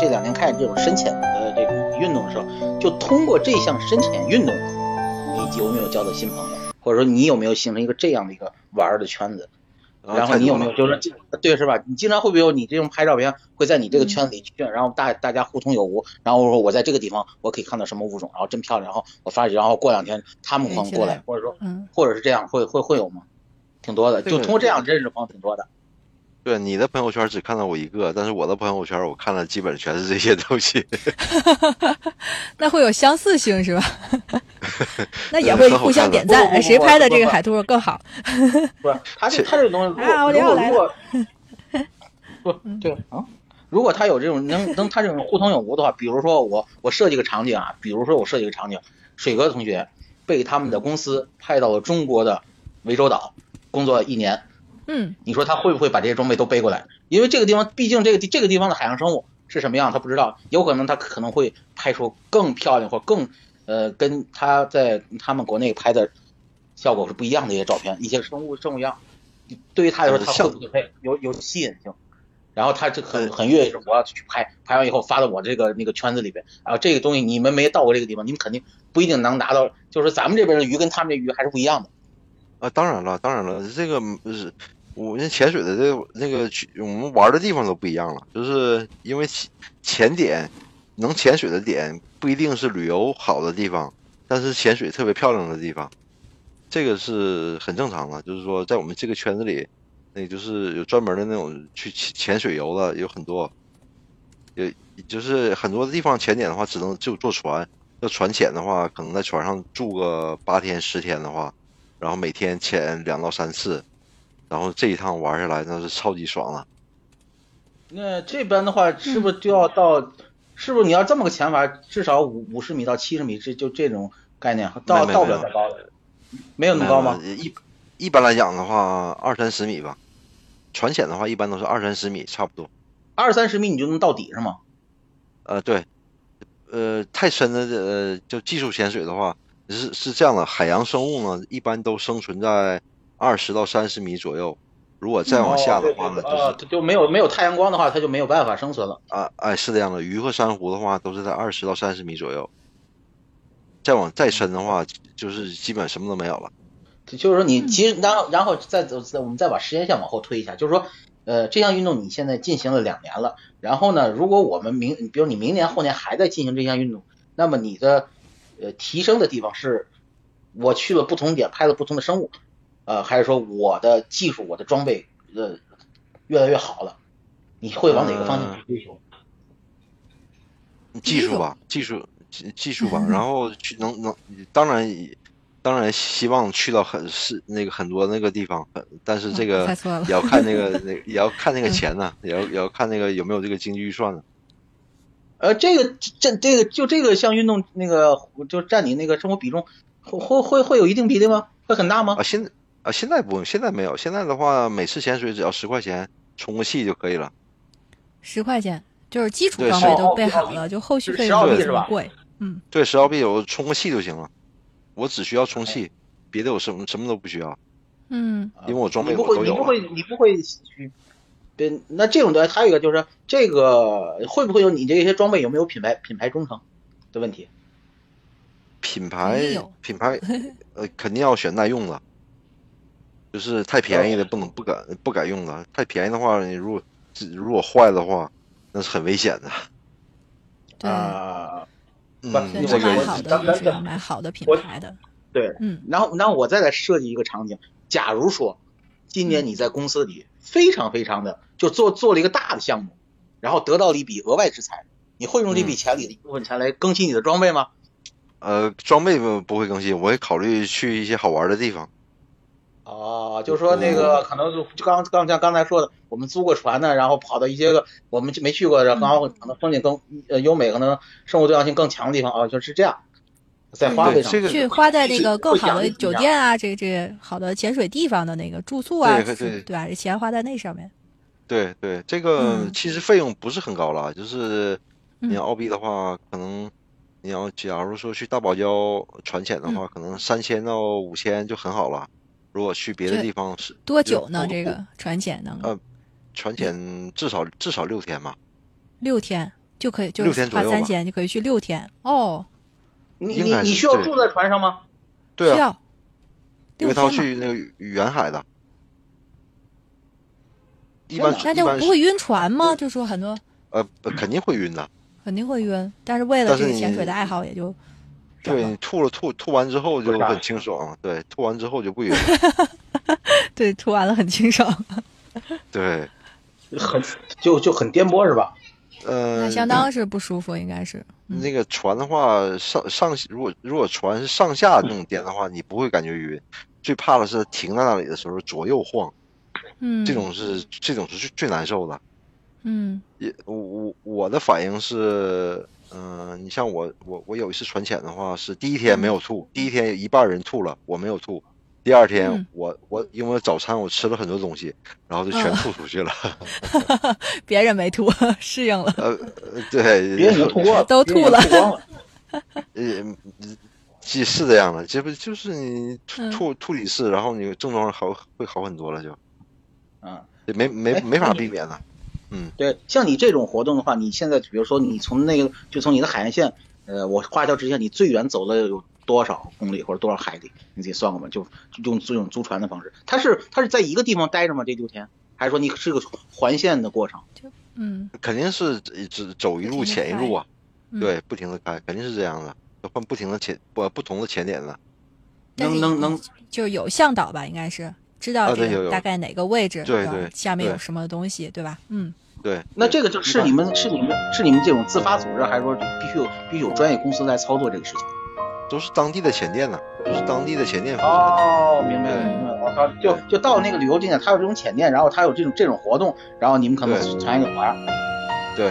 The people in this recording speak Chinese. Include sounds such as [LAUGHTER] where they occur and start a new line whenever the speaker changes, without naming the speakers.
这两年开始这种深潜的这种运动的时候，就通过这项深潜运动，你有没有交到新朋友，或者说你有没有形成一个这样的一个玩儿的圈子？
啊
然后你有没有就是对是吧？你经常会不会有你这种拍照片会在你这个圈子里去，然后大大家互通有无，然后说我在这个地方我可以看到什么物种，然后真漂亮，然后我发现，然后过两天他们
哎
能
起
过
来
来，或者说
嗯，
或者是这样会会会有吗？挺多的，
这
就
个
通过这样认识的朋友挺多的。
对你的朋友圈只看到我一个，但是我的朋友圈我看了基本全是这些东西，
那会有相似性是吧？ [LAUGHS] 那也
嗯
会
很好
互相
看的
点
不不
赞，呃
不
谁
不
拍的
不
这个
不
海兔更好？
不是，他这他这个东西，如
哎呀
果
我这
如果
又来
如果不对啊，如果他有这种能能他这种互通有无的话，比如说我我设计个场景啊，比如说我设计个场景，水哥同学被他们的公司派到了中国的涠洲岛工作一年，
嗯，
你说他会不会把这些装备都背过来？因为这个地方，毕竟这个地这个地方的海洋生物是什么样，他不知道，有可能他可能会拍出更漂亮或更呃跟他在他们国内拍的效果是不一样的一些照片，一些生物生物样，对于他来说，他会不会有有吸引性？然后他就很很愿意，我要去拍，拍完以后发到我这个那个圈子里边啊，这个东西你们没到过这个地方，你们肯定不一定能拿到，就是咱们这边的鱼跟他们这鱼还是不一样的。
啊，当然了，当然了，这个嗯是我们潜水的这个那个区我们玩的地方都不一样了，就是因为潜潜点能潜水的点不一定是旅游好的地方，但是潜水特别漂亮的地方，这个是很正常的。就是说，在我们这个圈子里，那就是有专门的那种去潜潜水游的有很多，也就是很多地方潜点的话，只能就坐船。要船潜的话，可能在船上住个八天十天的话，然后每天潜两到三次，然后这一趟玩下来那是超级爽啊了。
那这边的话，是不是就要到？是不是你要这么个潜法，至少五五十米到七十米，这就这种概念，到
没有
到不了
没有
再高了。没有那么高吗？
呃一一般来讲的话，二三十米吧。船潜的话，一般都是二三十米，差不多。
二三十米你就能到底是吗？
呃，对，呃，太深的呃，就技术潜水的话，是是这样的，海洋生物呢，一般都生存在二十到三十米左右。如果再往下的话呢，就是
呃，就没有没有太阳光的话，它就没有办法生存了。
啊，哎，是这样的，鱼和珊瑚的话都是在二十到三十米左右，再往再深的话，就是基本什么都没有了。
就是说你其实，然后然后再走，再我们再把时间线往后推一下，就是说，呃，这项运动你现在进行了两年了，然后呢，如果我们明，比如你明年后年还在进行这项运动，那么你的呃提升的地方是，我去了不同点拍了不同的生物，呃，还是说我的技术我的装备呃越来越好了，你会往哪个方向去追求？
技
第一
术
种
吧，技术技技术
嗯
吧，然后去能能，当然也当然希望去到很是那个很多那个地方，呃但是这
我
个
嗯猜错了
也要看那个
[LAUGHS]
那也要看那个
嗯
钱呢，也要也要看那个有没有这个经济预算呢。
呃，这个这这个就这个项运动那个就占你那个生活比重会会会会有一定比例吗？会很
哦
大吗
啊，？现啊现在不用，现在没有，现在的话每次潜水只要十块钱充个气就可以了。
十块钱就是基础
对
装
是
备都
哦
备
哦
好
哦
了，就后续
是
费
十澳
用
币
不
是
怎么
吧
贵。嗯，
对，十澳币我充个气就行了，我只需要充气，别的我什么什么都不需要，
嗯，
因为我装备
啊你不
我都
会，你
有
不
了。
会，你不会去。对，那这种的还有一个就是这个会不会有你这些装备有没有品牌品牌忠诚的问题？
品
肯
牌
定有
品
[LAUGHS]
牌，呃，肯定要选耐用的，就是太便宜的不能不
[LAUGHS]
敢不敢用的，太便宜的话，你如果如果坏的话，那是很危险的。
对，
啊、
嗯
不，
所以
那
这
说
我
买
我
个
好
咱咱
的也是要买好的品
我
牌的。
对。
嗯，
然后，然后我再来设计一个场景，假如说今年你在公司里非常非常的就做做了一个大的项目，然后得到了一笔额外之财，你会
嗯
用这笔钱里的一部分钱来更新你的装备吗？
呃，装备不不会更新，我会考虑去一些好玩的地方。
哦，就是说那个可能就刚刚像刚才说的，我们租过船呢，然后跑到一些个我们就没去过的，然后可能风景更呃优美，可能生物多样性更强的地方啊，就是这样，在花费
对，
上。
这个
去花在那
是
个更
会
好
想
的
一
酒
下
店啊，这这好的潜水地方的那个住宿啊，
对对
吧？这钱花在那上面。
对对，这个
嗯
其实费用不是很高了，就是你
嗯
要澳币的话，可能你要假如说去大堡礁船潜
嗯
的话，可能三千到五千就很好了。如果去别的
这
地方是
多
就
久呢？
不
这
不哦
个船潜能
嗯呃船潜至少至少六天吧。
六天。就可以就
六天左
花
右
三
吧
千就可以去六天哦，
你
应
你
该
你
是
需要
对
住在船上吗？ [LAUGHS]
对
需
啊，因
要六
为他要
天嘛。
去那个远海的，一
天
般
哪
是
那
啊一
就
般
不
是
会晕船吗？就说很多
呃呃肯定会晕的。
肯定会晕，但是为了
但是
这个
你
潜水的爱好，也就这
对嗯
样
你吐了吐吐完之后就
不是啊
很清爽，对，吐完之后就不
[LAUGHS]
晕。
对吐完了很清爽。
对，
很就就很颠簸是吧？
呃，
那相当是不舒服，应该是。嗯
那个船的话，上上如果如果船是上下这种点的话，你不会感觉晕，最怕的是停在那里的时候左右晃，
嗯，
这种是这种是最最难受的。
嗯 [LAUGHS]
也我我我的反应是，嗯、你像我我我有一次船潜的话，是第一天没
嗯
有吐，第一天一半人吐了，我没有吐。第二天
嗯
我、我因为早餐我吃了很多东西，然后就全
嗯
吐出
[LAUGHS]
去了。
别人没吐， [LAUGHS] 适应了。
呃，对，
别人已经吐过
[LAUGHS]
了，
都
别人已
吐了
经吐光了。
呃，既是这样的，这不就是你吐
嗯
吐吐理式，然后你症状好会好很多了就，
嗯，
这没没
哎
没法
那
避
你
免的。
对，像你这种活动的话，你现在比如说你从那个就从你的海岸线，呃，我画一条直线，你最远走了有多少公里或者多少海里？你自己算过吗？就就用这种租船的方式，它是它是在一个地方待着吗？这六天，还是说你是个环线的过程？
嗯，
肯定是只只走一
不
路
停地
潜一
开
路啊，
嗯
对，不停的开，肯定是这样的，要换不停的潜不不同的潜点的。
但是
能能能，
就有向导吧，应该是知道
啊
这
对有
个
有
大概哪个位置，
对
吧
对
下面有
对
什么东西，对吧？嗯，
对，
那
对
这个就
一
是
般
你们是你们是你们这种自发组织，还是说必须有必须有专业公司来操作这个事情？
都是当地的潜店呢，都是当地的潜店负责的。
哦，明白了，明白了。我靠，就就到那个旅游景点，它有这种潜店，然后它有这种这种活动，然后你们可能
对
传一个团。
对，